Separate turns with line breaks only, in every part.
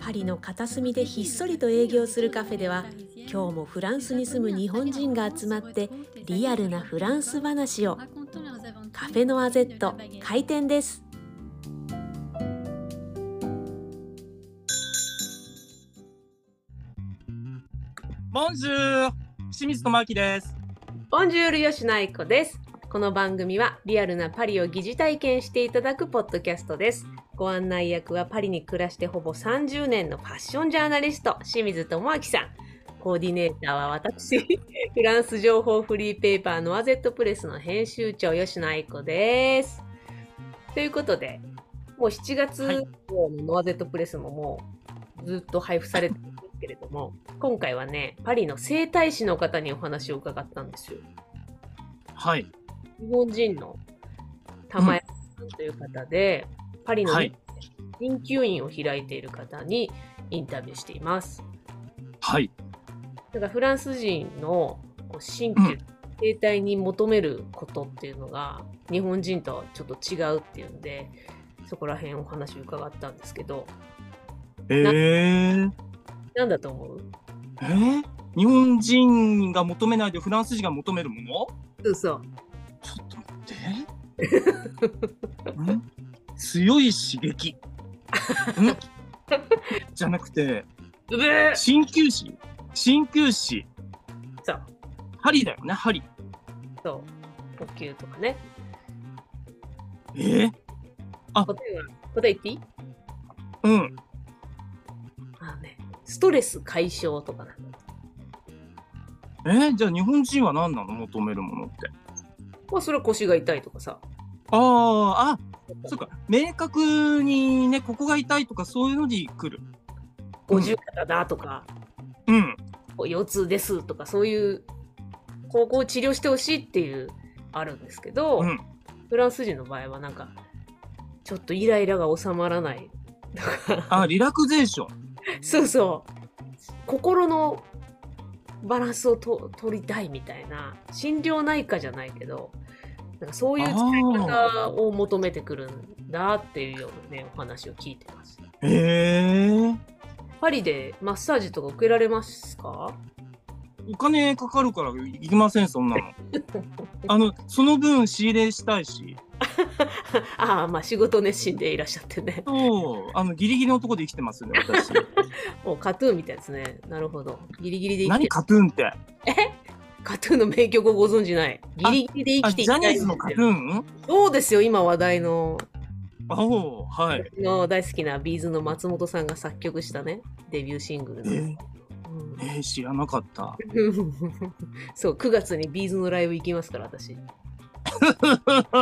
パリの片隅でひっそりと営業するカフェでは今日もフランスに住む日本人が集まってリアルなフランス話をカフェノアゼット開店です
ボンジュール清水智明です
ボンジュール吉野愛子ですこの番組はリアルなパリを疑似体験していただくポッドキャストですご案内役はパリに暮らしてほぼ30年のファッションジャーナリスト清水智明さんコーディネーターは私 フランス情報フリーペーパーのアゼットプレスの編集長吉野愛子ですということでもう7
は
月
い
号のノアゼットプレスももうずっと配布されてるんですけれども今回はねパリの整体師の方にお話を伺ったんですよ
はい
日本人の玉屋さんという方で、パリの
はい
鍼灸院を開いている方にインタビューしています。
はい
だからフランス人のこう鍼灸
うん、
生態に求めることっていうのが日本人とはちょっと違うっていうんで、そこら辺お話を伺ったんですけど、
えー、
なんだと思う
えー、日本人が求めないでフランス人が求めるもの
そうそう。
ちょっと 待ってん強い刺激んじゃなくて
うぶー
鍼灸師鍼灸師
そう、
針だよね針
そう。呼吸とかね。
え
答
ー、
えは、答え言っていい
うん
あのね、ストレス解消とかなんだ
えー、じゃあ日本人は何なの求めるものって
まあそれは腰が痛いとかさ。
あーあそっか明確にねここが痛いとかそういうので来る
五十肩だとか、
うん
こう腰痛ですとかそういうここを治療してほしいっていうあるんですけど、
うん
フランス人の場合はなんかちょっとイライラが収まらないとか
あリラクゼーショ ン
そうそう心のバランスをと取りたいみたいな心療内科じゃないけどなんかそういう使い方を求めてくるんだっていうようなねお話を聞いてます。
へえ
パリでマッサージとか受けられますか
お金かかるから行きませんそん なのあのその分仕入れしたいし
ああまあ仕事熱心でいらっしゃってね
そうあのギリギリのとこで生きてますね私
もうカトゥーンみたいですねなるほどギリギリで生き
何
て
カトゥーンって
カトゥーンの名曲をご存じないギリギリで
あ
生きてい
ジ
きた
ャ
いん
ニ
で
ー
す
ズ
よ
のカトゥーン
そうですよ今話題の
あおうはい
私の大好きなビーズの松本さんが作曲したねデビューシングル
え
の、
ーえー知らな かった
うんそう9月にビーズのライブ行きますから私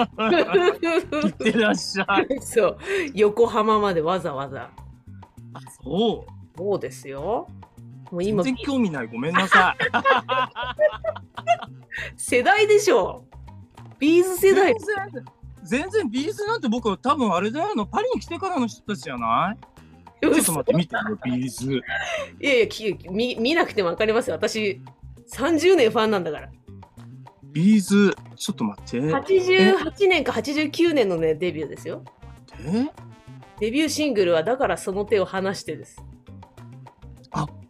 行ってらっしゃ い
そう横浜までわざわざ
あそう
そうですよもう
全
今
然興味ないごめんなさい
世代でしょビーズ世代
全然全然ビーズなんて僕多分あれだよのパリに来てからの人たちじゃないちょっと待って見てよビーズ
いやいやき見見なくても分かりますよ私30年ファンなんだから
ビーズちょっと待って
88年か89年のねデビューですよ
え
デビューシングルは「だからその手を離して」です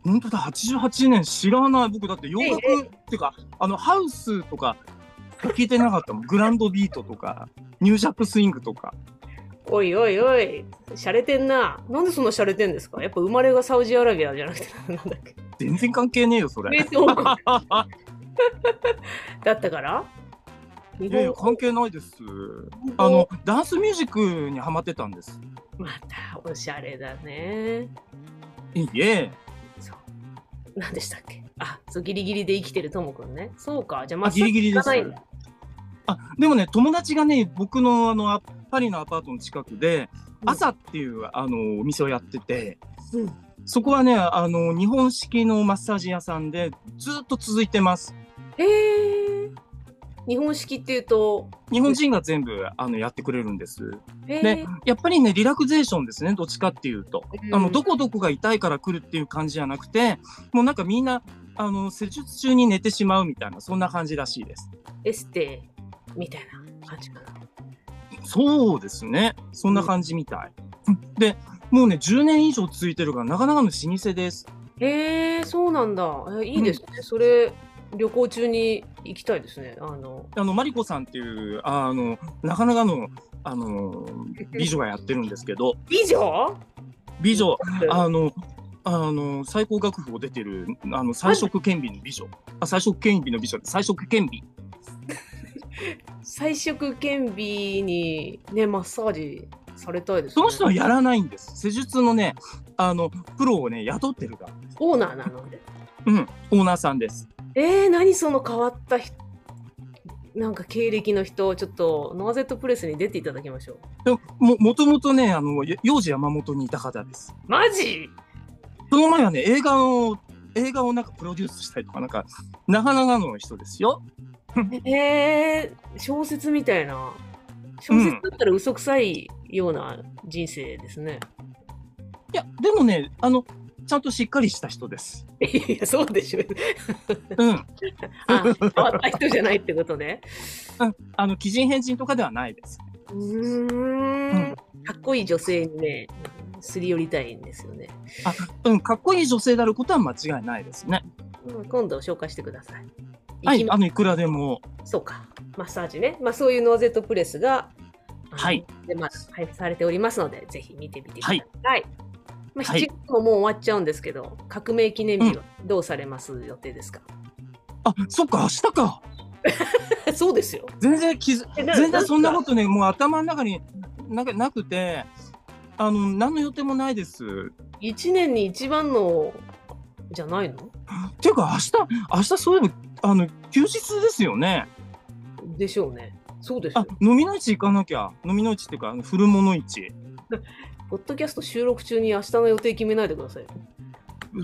本当だ88年知らない僕だって洋楽
え
っていうかあのハウスとか聞いてなかったもんグランドビートとかニュージャックスイングとか
おいおいおい洒落てんななんでそんな洒落てんですかやっぱ生まれがサウジアラビアじゃなくて なんだ っけ
全然関係ねえよそれ
ベー
い
ス王国だったから日
やいや
本
関係ないですあのダンスミュージックにハマってたんです
またおしゃれだね
いいえ
そう何でしたっけあそうギリギリで生きてるともくんねそうかじゃあま
あ
っ
ギリギリ
行
で
か
す
ないんだ
あでもね友達がね僕のあのあパリのアパートの近くで
うん
朝っていう、あのお店をやってて、
うん
そこはねあの日本式のマッサージ屋さんでずっと続いてます
へえ。日本式っていうと、
日本人が全部あのやってくれるんです
へえ
でやっぱりねリラクゼーションですねどっちかっていうと、
うん
あのどこどこが痛いから来るっていう感じじゃなくてもうなんかみんなあの施術中に寝てしまうみたいなそんな感じらしいです
エステみたいな感じかな。
そうですね。そんな感じみたい。で、もうね、10年以上続いてるから、なかなかの老舗です。
へえ、そうなんだ。えいいですね。それ、旅行中に行きたいですね。あの、
あの、マリコさんっていう、あの、なかなかの、あの、美女がやってるんですけど、
以上
美女、あの、あの、最高学府を出てる、あの、彩色顕微の美女。あ、彩色顕微の美女、彩色顕微。
彩色顕微にね、マッサージされたいです、ね。
その人はやらないんです。施術のね、あの、プロをね、雇ってるから。
オーナーなので。
うん、オーナーさんです。
えー、何その変わった人。なんか経歴の人、ちょっとノアゼットプレスに出ていただきましょう。
でも、も、もともとね、あの、や幼児山本にいた方です。
マジ
その前はね、映画を、映画をなんかプロデュースしたりとか、なんか、なかなかの人ですよ。
えー、小説みたいな。小説だったら嘘くさいような人生ですね。
いや、でもね、あの、ちゃんとしっかりした人です。
いや、そうでしょ。
うん。
あ、変わった人じゃないってことね。
あの、鬼人変人とかではないです。
うーん。かっこいい女性にね、すり寄りたいんですよね。
あ、うん、かっこいい女性であることは間違いないですね。
うん今度紹介してください。
はい、
き
あの、いくらでも。
そうか。マッサージね。まあ、そういうノーゼットプレスが、あの
はい。
で、まあ、配布されておりますので、ぜひ見てみてください。
は
まあ、
はい
7月ももう終わっちゃうんですけど、革命記念日はどうされます予定ですか、
あ、そっか、明日か。
そうですよ。
全然気づ、
えな
全然そんな
な
こ
ん
とね、もう頭の中になんかなくて、あの、何の予定もないです。
か一年に一番の、じゃないの
ていうか、明日、明日そういえば、あの、休日ですよね。
でしょうね。そうです
あ
よ。、
飲みの市行かなきゃ。飲みの市っていうか、あの古物市。
ポッドキャスト収録中に明日の予定決めないでください。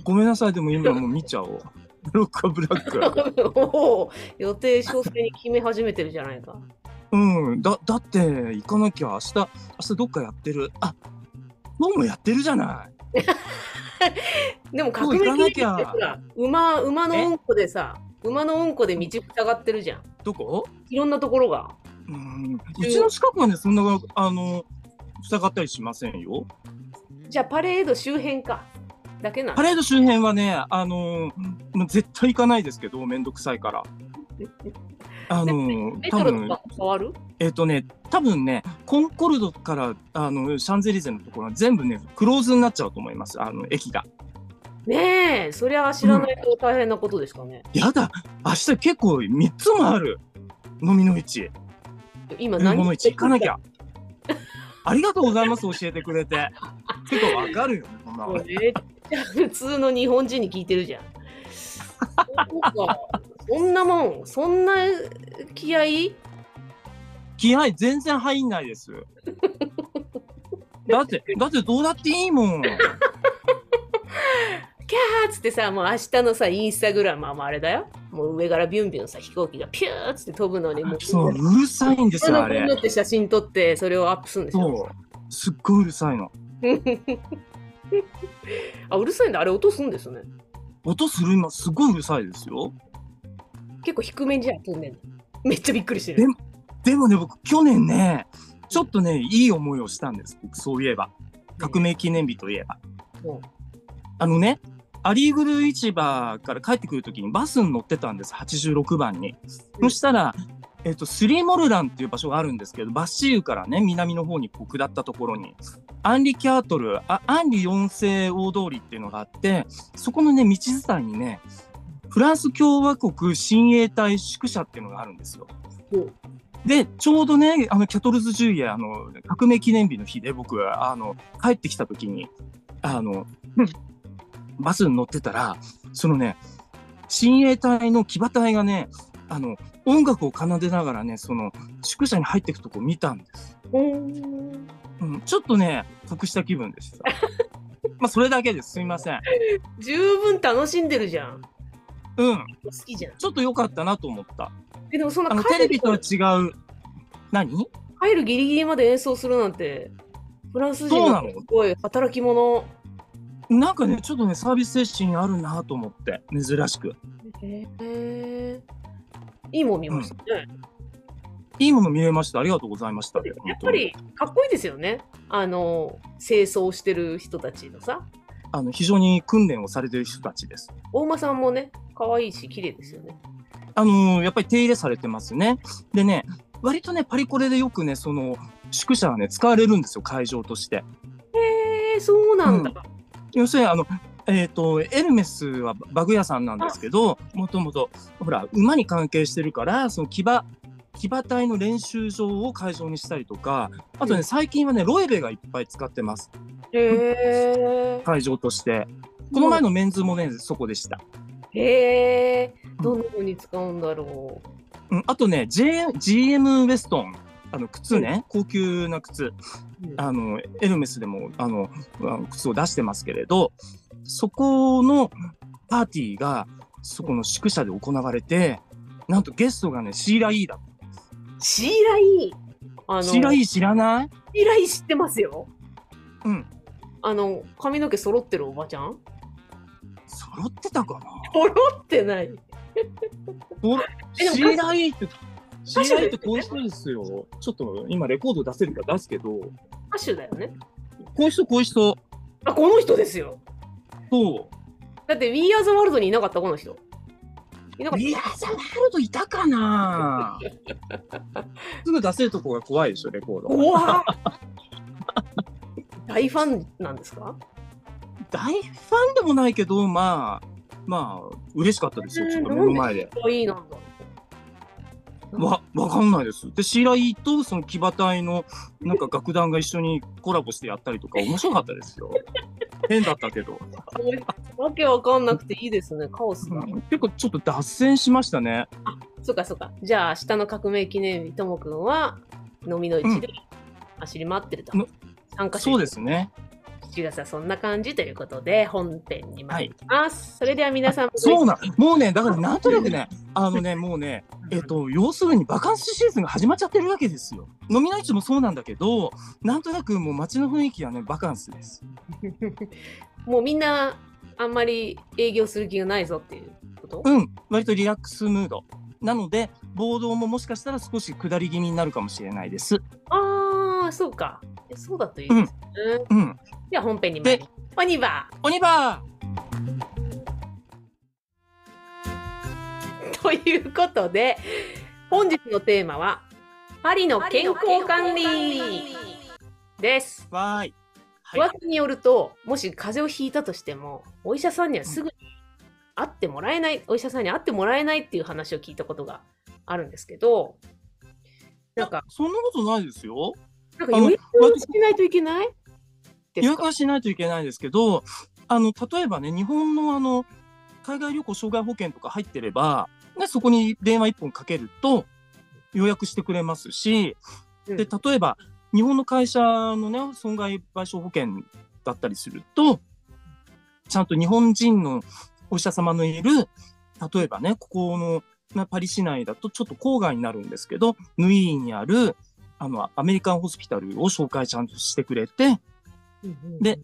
ごめんなさい、でも今もう見ちゃおう。ブロックはブラック。
おー予定詳細に決め始めてるじゃないか。
うん、だ、だって、行かなきゃ、明日、明日どっかやってる。あ、どうもやってるじゃない。
でも革
そ
命
う行かな
記念
き
日
ゃ
ってさ馬馬のうんこでさ馬のうんこで道塞がってるじゃん
どこ
いろんなところが
うん、うちの近くはね、そんな、あの、塞がったりしませんよ。
じゃあパレード周辺かだけな
パ
の
レード周辺はね、あの、もう絶対行かないですけど、めんどくさいから。あの、
メ
多
トロと
分
か、変わる
えっ、とね、多分ね、コンコルドから、あの、シャンゼリゼのところは全部ね、クローズになっちゃうと思います。あの、駅が。
ねえそりゃ知らないと大変なことですかね、
やだ、明日結構3つもある。飲みの市。
今
飲
何
みの市行かなきゃ。ありがとうございます、教えてくれて。てか、わかるよね、こんな
も
の
う。めっちゃ普通の日本人に聞いてるじゃんそうかそんなもんそんな気合い
気合全然入んないです。だって、だってどうだっていいもん。
キャーっつってさもう明日のさインスタグラマーもあれだよもう上からビュンビュンさ飛行機がピューっつって飛ぶのにも
そう、
みん
うるさいんですよ、
な
あ
みんな
れ。
って写真撮ってそれをアップするんでしょ
そう。すっごいうるさいの。
あうるさいんだあれ音すんですね
音する今、すごいうるさいですよ。
結構低めにじゃあ飛んでんのめっちゃびっくりしてる
ででもね、僕、去年ね、ちょっとね、いい思いをしたんです。僕そういえば。革命記念日といえば。
うん
あのね、アリーグル市場から帰ってくるときにバスに乗ってたんです、86番に。
うん
そしたら、えっと、スリーモルランっていう場所があるんですけど、バッシーユからね、南の方にこう下ったところに、アンリ・キャートル、あアンリ四世大通りっていうのがあって、そこのね、道伝いにね、フランス共和国親衛隊宿舎っていうのがあるんですよ。
うん
で、ちょうどね、あの、キャトルズ・ジュイエ、あの、革命記念日の日で僕、あの、帰ってきた時に、あの、 バスに乗ってたら、そのね、親衛隊の騎馬隊がね、あの、音楽を奏でながらね、その、宿舎に入っていくとこを見たんです。
うん
うん、ちょっとね、得した気分でした。まあ、それだけです。すみません。
十分楽しんでるじゃん
うん。
好きじゃん
ちょっと良かったなと思った。
えでもそん
あ
な
の、テレ
帰
ビ
る
とは違う。何
帰るギリギリまで演奏するなんてフランス人
そうな
は
の
すごい働き者
なんかね、ちょっとね、サービス精神あるなと思って、珍しく。
へえいいもん見ましたね、
いいもの見れました。ありがとうございました。本当に
やっぱりかっこいいですよね。あの清掃してる人たちのさ、
あの非常に訓練をされてる人たちです。
大間さんもね、可愛いし綺麗ですよね。
あのーやっぱり手入れされてますね。でね、割とね、パリコレでよくね、その宿舎がね、使われるんですよ、会場として。
へえ、そうなんだ。
要するに、あの、えっ、と、エルメスはバグ屋さんなんですけど、もともと、ほら、馬に関係してるから、その騎馬、騎馬隊の練習場を会場にしたりとか、あとね、最近はね、ロエベがいっぱい使ってます、
へえ。
会場として。この前のメンズもね、そこでした。
へえ。どんな風に使うんだろう。
うん、あとね、J、GM ウェストン、あの靴ね、高級な靴、
うん
あのエルメスでもあのあの靴を出してますけれど、そこのパーティーが、そこの宿舎で行われて、なんとゲストがね、シーラ・イーだ。
シーライー。あの
シーラ・イー知らない
シーライー知ってますよ。
うん。
あの髪の毛揃ってるおばちゃん。
揃ってたかな
揃ってない。でも
シーラ・イーって、シ
歌手
ーラ・イーってこういう人ですよ。ちょっと今レコード出せるか出すけど、こ
歌手だよね。
ういう人、こういう人、
あ、この人ですよ。
そう。
だって、We Are the World にいなかった、この人。いなかっ
いや、ザワールドいたかな すぐ出せるとこが怖いでしょ、レコー
た。
ド。
うわー大ファンなんですか
大ファンでもないけど、まあ、まあ、嬉しかったですよ、ちょっと目の前で。
あいいなんだ。
わ、わかんないです。で、シーライとその騎馬隊のなんか楽団が一緒にコラボしてやったりとか、面白かった ですよ。変だったけど。
わけわかんなくていいですね、カオス
う
が。
ん結構ちょっと脱線しましたね。
そうかそうか。じゃあ、明日の革命記念日、ともくんは、飲みの市で走り回ってると。
の
参加
そうですね。
7月はそんな感じということで、本編に参ります。それでは皆さんも、
そうなん。もうね、だからなんとなくね、あのね、もうね、えっと、要するにバカンスシーズンが始まっちゃってるわけですよ。飲みの市もそうなんだけど、なんとなくもう街の雰囲気はね、バカンスです。
もうみんな、あんまり営業する気がないぞっていうこと
うん、割とリラックスムード。なので、暴動ももしかしたら少し下り気味になるかもしれないです。
ああ、そうか。えそうだといいですね。
うん。
では本編に参ります。オニバ
鬼バ
ー ということで、本日のテーマは、パリの健康管理です。
ーわーい。はい。
噂によると、もし風邪をひいたとしても、お医者さんにはすぐに会ってもらえない、お医者さんに会ってもらえないっていう話を聞いたことがあるんですけど、なんか、
そんなことないですよ。
なんか予約
あの
をしないといけないで
予
す
約
か
はしないといけないですけど、あの、例えばね、日本のあの、海外旅行障害保険とか入ってれば、ね、そこに電話一本かけると予約してくれますし、
うん
で、例えば日本の会社のね、損害賠償保険だったりすると、ちゃんと日本人のお医者様のいる、例えばね、ここの、なパリ市内だとちょっと郊外になるんですけど、ヌイーにある、あの、アメリカンホスピタルを紹介ちゃんとしてくれて、で、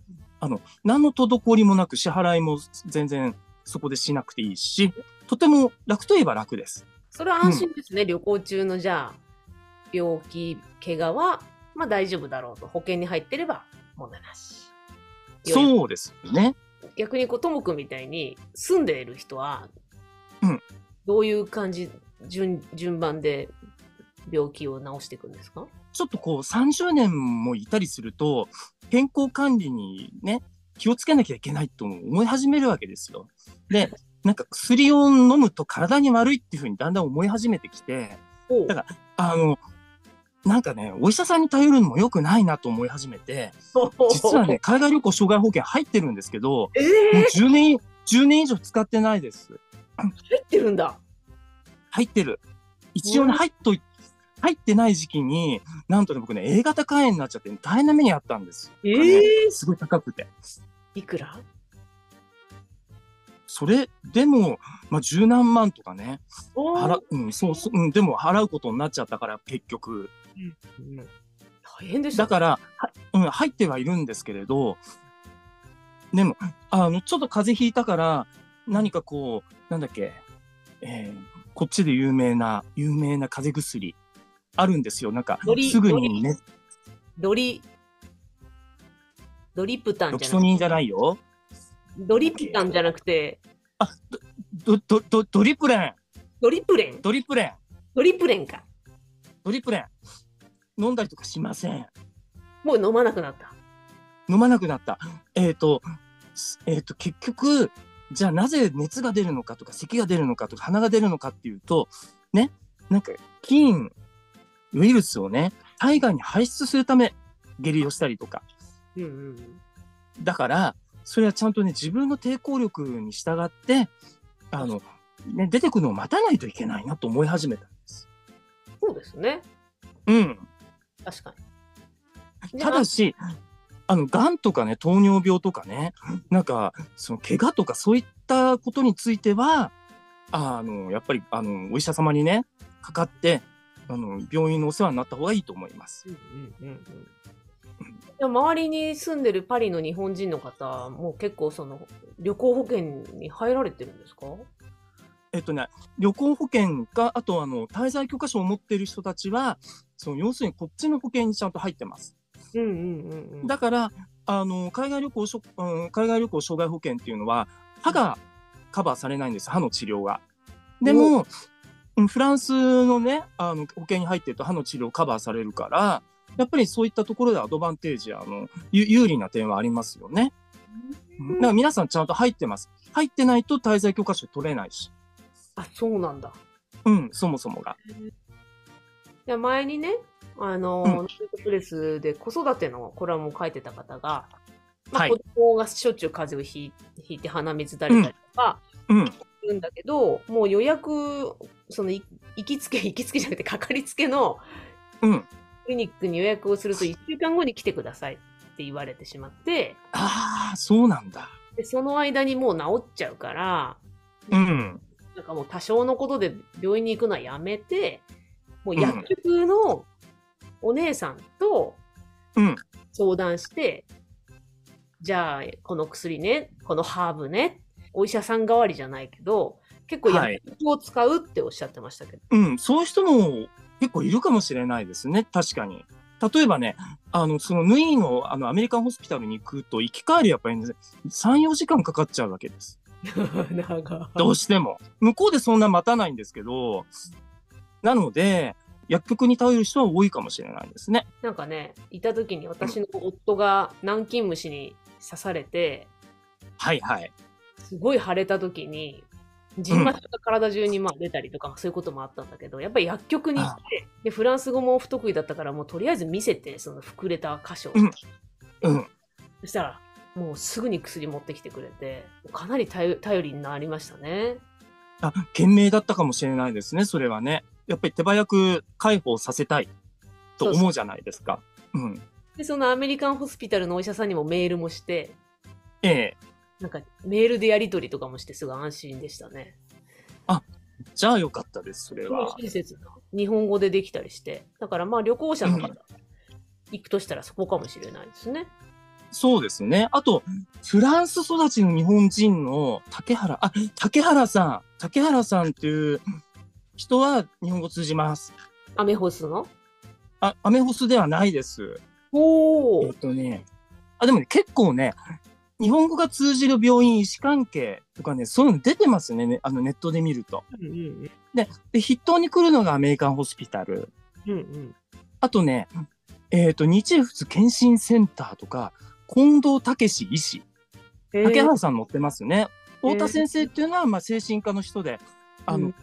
何の滞りもなく支払いも全然そこでしなくていいし、とても楽といえば楽です。
それは安心ですね、旅行中のじゃあ病気怪我はまあ大丈夫だろうと保険に入ってれば問題なしう
そうですね。
逆にこうともくんみたいに住んでいる人は、
うん
どういう感じ順順番で病気を治していくんですか
ちょっとこう30年もいたりすると、健康管理にね、気をつけなきゃいけないと思い始めるわけですよ。で、なんか薬を飲むと体に悪いっていうふうにだんだん思い始めてきて、
おう
だあの、なんかね、お医者さんに頼るのも良くないなと思い始めて、実は ね、海外旅行障害保険入ってるんですけど、
えー、
もう10年、10年以上使ってないです。
入ってるんだ
入ってる。一応ね、
うん
入っとい、入ってない時期に、なんとね、僕ね、A 型肝炎になっちゃって、大変な目にあったんです。
え
すごい高くて。
いくら
それでも、まあ、十何万とかね、
おー
払う、うん、そうそう、うん、でも払うことになっちゃったから、結局。
うん大変でした
だから、はうん、入ってはいるんですけれど、でも、あの、ちょっと風邪ひいたから、何かこう、なんだっけ、えーこっちで有名な、有名な風邪薬。あるんですよ。なんか
ドリ、
すぐにね、
ドリ、ドリプタン
ロキ
じゃ
ソ
なく
ニンじゃないよ。
ドリプタンじゃなくて、
ど、ど、ど、ドリプレン
ドリプレン
ドリプレン
ドリプレンか。
ドリプレン飲んだりとかしません。
もう飲まなくなった。
飲まなくなった。えっ、と、すえっ、と、結局、じゃあなぜ熱が出るのかとか、咳が出るのかとか、鼻が出るのかっていうと、ね、なんか菌、ウイルスをね、体外に排出するため、下痢をしたりとか。
うんうん。
だから、それはちゃんとね、自分の抵抗力に従って、あの、ね、出てくるのを待たないといけないなと思い始めたんです。
そうですね。
うん。
確かに。
ただし、あの、癌とかね、糖尿病とかね、なんか、その、怪我とかそういったことについては、あの、やっぱり、あの、お医者様にね、かかって、あの、病院のお世話になった方がいいと思います。
うんうんうんうんでも周りに住んでるパリの日本人の方もう結構その旅行保険に入られてるんですか
えっとね、旅行保険か、あと、あの、滞在許可証を持っている人たちは、その、要するにこっちの保険にちゃんと入ってます。
うんうんうんうん。
だから、あの、海外旅行しょ、うん、海外旅行障害保険っていうのは、歯がカバーされないんです、歯の治療が。でも、うんフランスのね、あの、保険に入ってると歯の治療カバーされるから、やっぱりそういったところでアドバンテージ、あの、ゆ有利な点はありますよね。うんだから皆さんちゃんと入ってます。入ってないと滞在許可証取れないし。
あそうなんだ。
うん、そもそもが。
いや前にね、あの、
うん
ノートプレスで子育てのコラムを書いてた方が、まあ
はい
子供がしょっちゅう風邪をひいひいて鼻水垂れたりとか
うん、
するんだけど、もう予約、そのい行きつけ、行きつけじゃなくて、かかりつけの
うん。
クリニックに予約をすると1週間後に来てくださいって言われてしまって
ああ、そうなんだ。
でその間にもう治っちゃうから
うん。
なんかもう多少のことで病院に行くのはやめてもう
うん
薬局のお姉さんと
うん。
相談して、じゃあこの薬ねこのハーブねお医者さん代わりじゃないけど結構
はい
薬局を使うっておっしゃってましたけど、
うん、そういう人も結構いるかもしれないですね、確かに。例えばね、あの、そのヌイのあのアメリカンホスピタルに行くと、行き帰りやっぱり、ね、3、4時間かかっちゃうわけです。
長
どうしても。向こうでそんな待たないんですけど、なので、薬局に頼る人は多いかもしれないですね。
なんかねいた時に私の夫が南京虫に刺されて、
はいはい。
すごい腫れた時に、じんましが体中にまあ出たりとか、そういうこともあったんだけど、やっぱり薬局に行って、でフランス語も不得意だったから、もうとりあえず見せて、その膨れた箇所を、
うんうん。
そしたら、もうすぐに薬持ってきてくれて、かなり頼頼りになりましたね。
あ、懸命だったかもしれないですね、それはね。やっぱり手早く解放させたいと思うじゃないですか。うん。
で、そのアメリカンホスピタルのお医者さんにもメールもして、
ええ
なんかメールでやり取りとかもして、すごい安心でしたね。
じゃあよかったです、それは。
親切な日本語でできたりして、だからまあ旅行者の
う
方、行くとしたらそこかもしれないですね。
そうですね。あと、フランス育ちの日本人の竹原、あ、竹原さん、竹原さんっていう人は日本語通じます。
アメホスの
あ、アメホスではないです。
お
えっとね、あ、でもね、結構ね、日本語が通じる病院、医師関係とかね、そういうの出てますね、ねあのネットで見ると。
うんうん
で、筆頭に来るのがアメリカンホスピタル。
うんうん
あとね、えっ、と、日仏検診センターとか、近藤武史医師。
え
竹
ー
原さん乗ってますね。
えー
太田先生っていうのは、まあ、精神科の人で、あ
う
の
ん、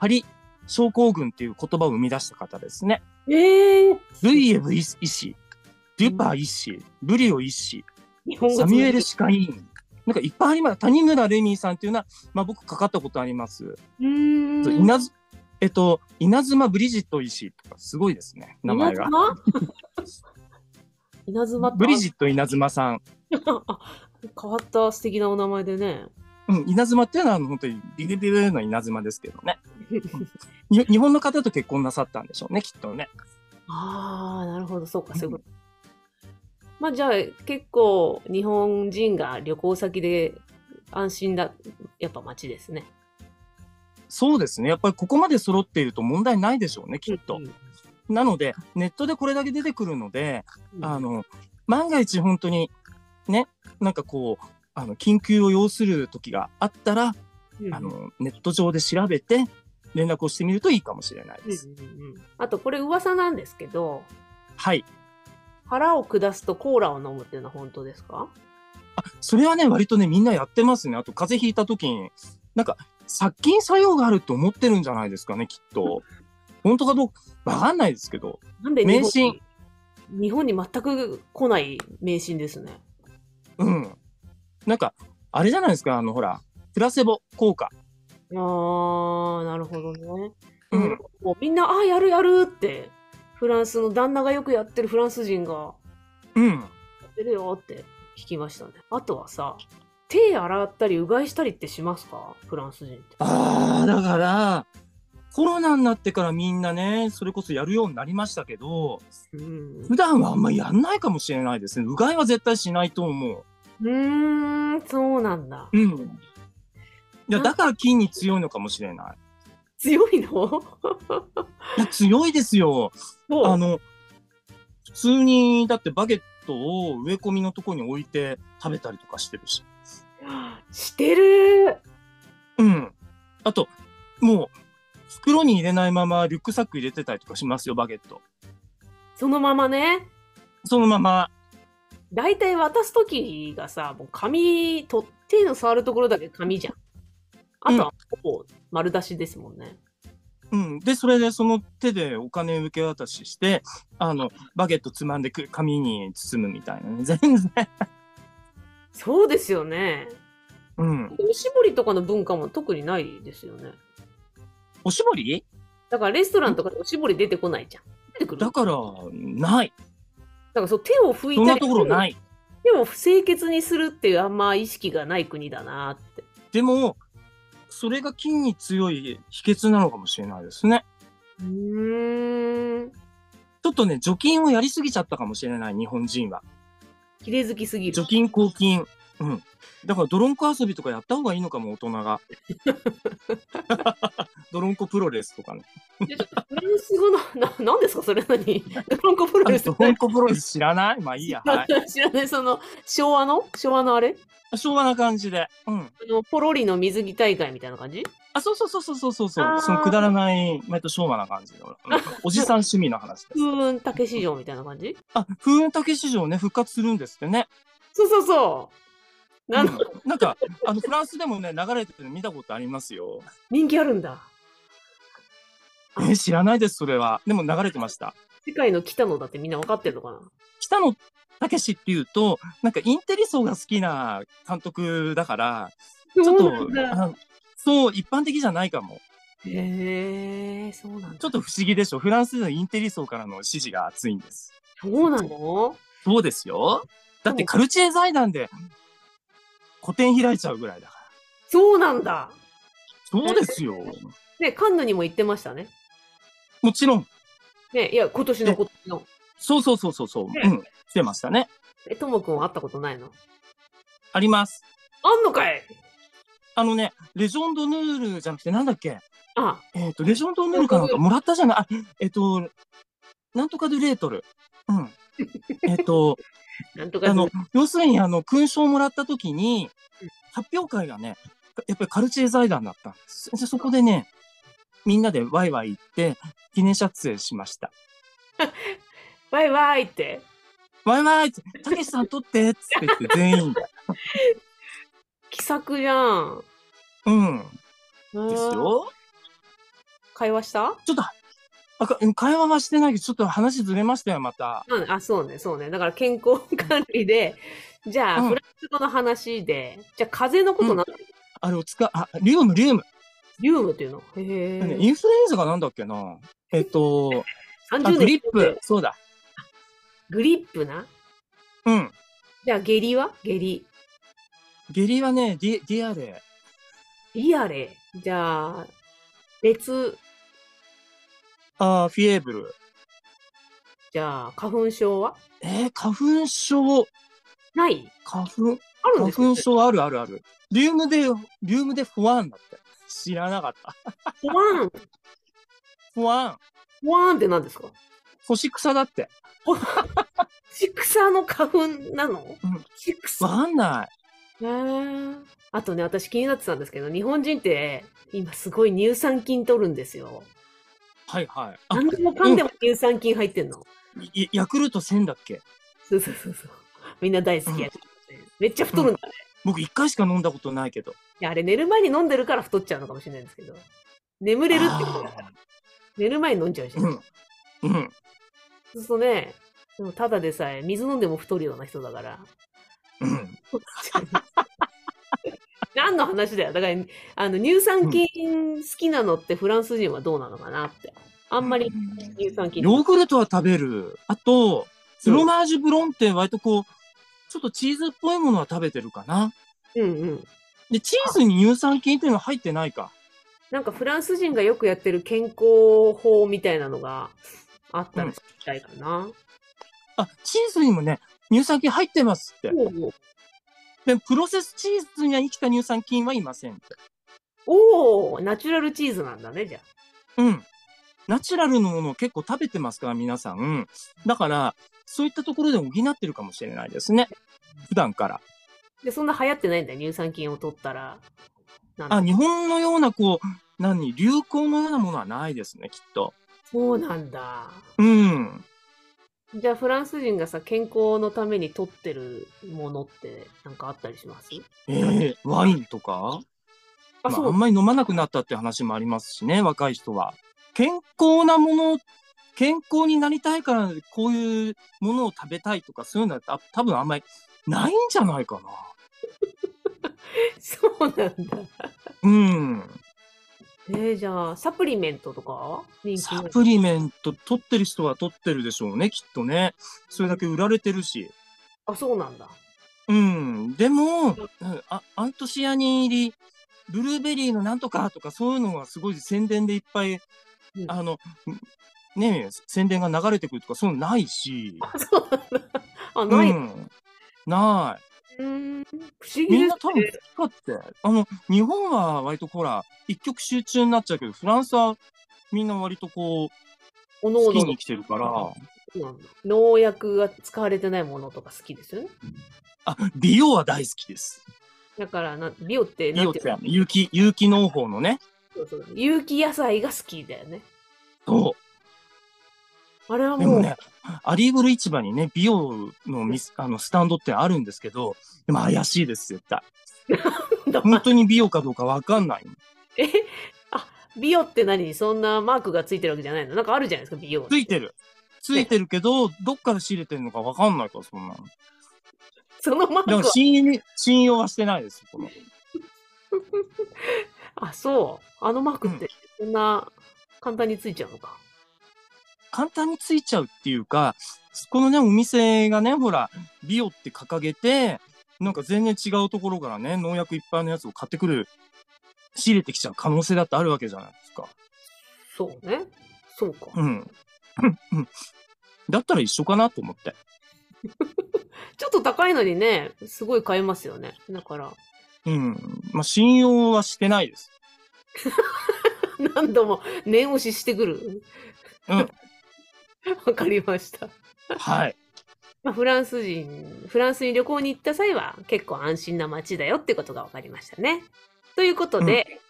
パリ症候群っていう言葉を生み出した方ですね。
えー
ルイエブ医師、デュパ医師、ブリオ医師、
日本語
サミュエル
通
歯科医院。なんかいっぱいあります。谷村レミーさんっていうのは、まあ、僕かかったことあります。
じるうーん
そう稲ずえっと、稲妻ブリジット医師とか、すごいですね、名前が。
稲妻
ブリジ
ッ
ット稲妻さん。
ト変わった素敵なお名前でね
うん、稲妻っていうのは、あの本当にビリビリの稲妻ですけどね。に日本の方と結婚なさったんでしょうね、きっとね。
ああなるほどそうかそういうこと、まあじゃあ結構日本人が旅行先で安心だやっぱ街ですね
そうですね。やっぱりここまで揃っていると問題ないでしょうね、きっと。
うん
なので、ネットでこれだけ出てくるので、あの、万が一本当に、ね、なんかこう、あの、緊急を要する時があったら、
うん
あの、ネット上で調べて、連絡をしてみるといいかもしれない
うん
です。
うんうんあとこれ噂なんですけど
はい。
腹を下すとコーラを飲むっていうのは本当ですか
それはね、割とね、みんなやってますね。あと、風邪ひいた時に、なんか、殺菌作用があると思ってるんじゃないですかね、きっと。本当かどうか、わかんないですけど。
なんで日
迷
本
信
に日本に全く来ない迷信ですね。
うん。なんか、あれじゃないですか、あの、ほら、プラセボ効果。
あーなるほどね。
うん
でももうみんな「あーやるやる」ってフランスの旦那がよくやってるフランス人が
うん。
「やってるよ」って聞きましたね。あとはさ手洗ったりうがいしたりってしますかフランス人って。
ああ、だから、コロナになってからみんなね、それこそやるようになりましたけど、
うん
普段はあんまやんないかもしれないですね。うがいは絶対しないと思
うーんそうなんだ
う。。うん。いや、だから菌に強いのかもしれない。
強いの
いや強いですよ。
そう
あの、普通に、だってバゲットを植え込みのとこに置いて食べたりとかしてるし。
してる
うん。あと、もう、袋に入れないままリュックサック入れてたりとかしますよ、バゲット。
そのままね。
そのまま、
大体渡す時がさもう紙取っての触るところだけ紙じゃんあとはほぼ丸出しですもんね、
うん。で、それでその手でお金受け渡しして、あの、バゲットつまんでく紙に包むみたいなね。 全然。
そうですよね
うん。
おしぼりとかの文化も特にないですよね
おしぼり
だからレストランとかでおしぼり出てこないじゃん出てくる
だ
だか
から、ない。
らそう手を拭い
そん
た
な
り
ところないい。
手を清潔にするっていうあんま意識がない国だなって
でも、それが菌に強い秘訣なのかもしれないですね。
うーん
ちょっとね、除菌をやりすぎちゃったかもしれない、日本人は。
綺麗好きすぎる
除菌、抗菌。うん。だから、ドロンコ遊びとかやった方がいいのかも、大人が。 ドロンコプロレスとかね。
いやちょっとフランス語のななんですかそれ何ドロンコプロ
あ
レ
の
ス
ドロンコプロレス知らないまあいいや。はい。
知らない、その、昭和の昭和のあれ
昭和な感じで。うん。
あの、ポロリの水着大会みたいな感じ
あ、そうそうそうそうそうそう。そ
あー
のくだらない、割と昭和な感じで。うんおじさん趣味の 話です。
風雲竹市場みたいな感じ
あ、風雲竹市場ね、復活するんですってね。
そうそうそう。なんだ、
うんなんか、あの、フランスでもね、流れてるの見たことありますよ。
人気あるんだ。
え、知らないです、それは。でも流れてました。
世界の北野だってみんな分かってるのかな
北野武っていうと、なんかインテリ層が好きな監督だから、ちょっ
そう
と
なん、だ。
あそう、一般的じゃないかも。
へえー、そうなんだ。
ちょっと不思議でしょ。フランスでのインテリ層からの支持が厚いんです。
そうなの
そうですよ。だってカルチェ財団で個展開いちゃうぐらいだから。
そうなんだ。
そうですよ。
ね、カンヌにも行ってましたね。
もちろん。
ね、いや、今年の今年の。
そうそうそうそうそう。うん。来てましたね。
え、ともくんは会ったことないの
あります。
あんのかい
あのね、レジョンドヌールじゃなくて、なんだっけ
あ、
えっ、と、レジョンドヌールかなんかもらったじゃない。あえっ、と、なんとかドゥレートル。うん。えっと、
なんとか
あ
の
の、要するに、あの、勲章をもらった時に、発表会がね、やっぱりカルチェ財団だったんです。でそこでね、みんなでワイワイ行って、記念撮影しました。
バイバイって。
ワイワイって、たけしさん撮ってっつって言って、全員で。
気さくじゃん。
うん。です
うん。
よ。
会話した
ちょっと、あか会話はしてないけど、ちょっと話ずれましたよ、また。
うんあ、そうね、そうね。だから健康管理で、じゃあ、
うん
フランス語の話で、じゃあ、風邪のことなんだ、
あれを使う、あ、リウム、リウム。
リウムっていうのへ
ね
え。
インフルエンザがなんだっけなえっと、あ
30年
グリップ。。そうだ。
グリップな。
うん。
じゃあ、下痢は下痢。
下痢はね、ディディアレ
リアレ。じゃあ、熱。
あーフィエーブル。
じゃあ、花粉症は
えー、花粉症、
ない
花粉、
あるん
花
です
粉症あるあるある。リウムで、リウムでフワンだって。知らなかった。
ポワン。
フワン。
ポワンって何ですか
干し草だって。
シクサーの花粉なの、
ん
シクサ
わかんない。
へーあとね、私気になってたんですけど、日本人って今すごい乳酸菌取るんですよ。
はいはい。あ、
何でもかんでも乳酸菌入ってんの。
いヤクルト1000だっけ
そうそうそうそう。みんな大好きや、めっちゃ太るんだね。
僕一回しか飲んだことないけど。
いやあれ寝る前に飲んでるから太っちゃうのかもしれないんですけど。眠れるってことだから。寝る前に飲んじゃうし。
あーうん。うん。
そうするとね、でもただでさえ水飲んでも太るような人だから。
うん。
何の話だよ。だから、あの、乳酸菌好きなのってフランス人はどうなのかなって。あ
あ
んまり乳酸菌。
ヨーグルトは食べる。あと、フロマージュブロンって割とこう、ちょっとチーズっぽいものは食べてるかな。
うんうん。
で、チーズに乳酸菌っていうのは入ってないか。
なんかフランス人がよくやってる健康法みたいなのがあったら知りたいかな。
あ、チーズにもね、乳酸菌入ってますって。
おう
で、プロセスチーズには生きた乳酸菌はいませんって。
おうナチュラルチーズなんだね、じゃあ。
うん。ナチュラルのものを結構食べてますから、皆さん。だから、そういったところで補ってるかもしれないですね。普段から。
で、そんな流行ってないんだよ、乳酸菌を取ったら。なん
あ、
だ
日本のような、こう、何、流行のようなものはないですね、きっと。
そうなんだ。
うん。
じゃあ、フランス人がさ、健康のために取ってるものって、なんかあったりします
ええワインとか
あ、
まあ、
そ
あ。
うん
まり飲まなくなったって話もありますしね、若い人は。健康なもの、健康になりたいから、こういうものを食べたいとか、そういうのはた多分あんまりないんじゃないかな。
そうなんだ。
うん。
えー、じゃあ、サプリメントとか人気
サ
なの
プリメント取ってる人は取ってるでしょうね、きっとね。それだけ売られてるし。
あ、そうなんだ。
うん。でも、うんあアントシアニン入り、ブルーベリーのなんとかとか、そういうのはすごい宣伝でいっぱい、
うん
あの、ねえ、宣伝が流れてくるとか、そういうのないし。
あ、そうなんだ。あ、ない。
う
うん
ない。
ーん、不思議です、ね。
みんな多分好き勝手。あの、日本は割とほら、一極集中になっちゃうけど、フランスはみんな割とこ
お
う、
のお
好
の
きに来てるから、
そうなんだ農薬が使われてないものとか好きですよね。
あ、美容は大好きです。
だからな、ビオって
美
な
容
ん
って
い
て
うの
有機、有機農法のね。
そうそう有機野菜が好きだよね。
そ
あれは
う。で
もう、
もね、アリーブル市場にね、美容のミス、あの、スタンドってあるんですけど、でも怪しいです、絶対。
だ
本当に美容かどうかわかんない。
えあビオって何そんなマークがついてるわけじゃないのなんかあるじゃないですか、ビオ。
ついてる。ついてるけど、どっから仕入れてるのかわかんないから、そんなの。
そのマー
だか
ク
ら
は。
信用信用はしてないです。この
あ、そう。あのマークって、そんな簡単についちゃうのか。
簡単についちゃうっていうか、このね、お店がね、ほら、美容って掲げて、なんか全然違うところからね、農薬いっぱいのやつを買ってくる、仕入れてきちゃう可能性だってあるわけじゃないですか。
そうね。そうか。
うん。うんだったら一緒かなと思って。
ちょっと高いのにね、すごい買えますよね。だから、
うん。まあ、信用はしてないです。
何度も念押ししてくる。
うん。
わかりました。
はい。
まあ、フランス人、フランスに旅行に行った際は結構安心な街だよってことが分かりましたね。ということで、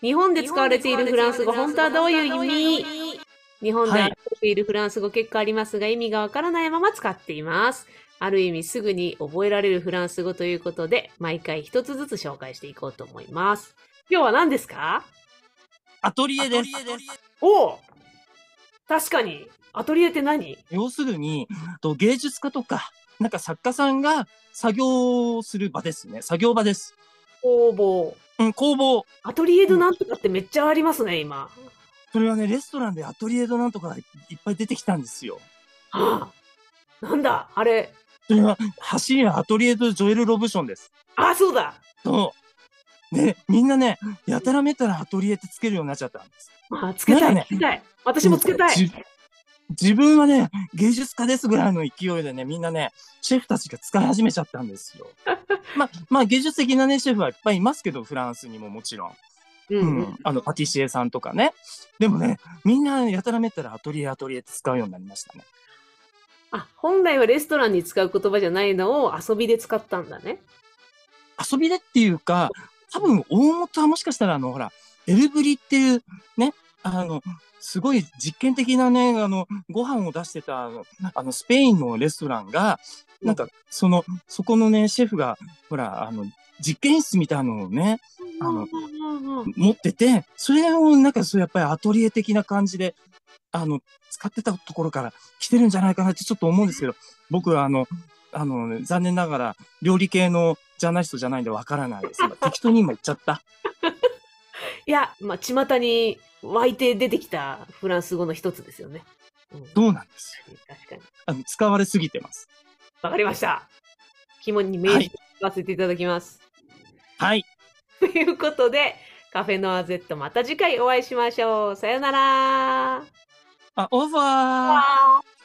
日本で使われているフランス語、本当はどういう意味日本で
はい
扱っているフランス語結構ありますが、意味がわからないまま使っています。ある意味すぐに覚えられるフランス語ということで、毎回一つずつ紹介していこうと思います。今日は何ですか
アトリエです。
おお確かにアトリエって何
要するに、と芸術家とか、なんか作家さんが作業をする場ですね。作業場です。
工房。
うん、工房。
アトリエドなんとかってめっちゃありますね、今。
それはね、レストランでアトリエドなんとかいっぱい出てきたんですよ。
はあ、なんだあれ。
それは、走りはアトリエドジョエル・ロブションです。
あ、そうだ
そう。ね、みんなね、やたらめったらアトリエってつけるようになっちゃったんです。
あつけたい、
なんかね
つけたい。私もつけたい。
じ自分はね、芸術家ですぐらいの勢いでね、みんなね、シェフたちが使い始めちゃっ たんですよ。まあ、まあ、芸術的なね、シェフはいっぱいいますけど、フランスにももちろん。
う
うん
うん
ん、あのパティシエさんとかねでもねみんなやたらめったらアトリエアトリエって使うようになりましたね
あ本来はレストランに使う言葉じゃないのを遊びで使ったんだね。
遊びでっていうか多分大元はもしかしたらあのほらエルブリっていうねあのすごい実験的なねあのご飯を出してたあのあのスペインのレストランがなんかそのそこのねシェフがほらあの実験室みたいなのをねあの持っててそれをなんかそうやっぱりアトリエ的な感じであの使ってたところから来てるんじゃないかなってちょっと思うんですけど僕はあのあの残念ながら料理系のジャーナリストじゃないんでわからない です今適当に今言っちゃった
いや、まあ、巷に湧いて出てきたフランス語の一つですよね。うん
どうなんです
確かに。
あの使われすぎてます
わかりました。肝に銘じて言わせていただきます。
はい
ということで、カフェノア Z また次回お会いしましょう。さよなら。
あオーバー
わー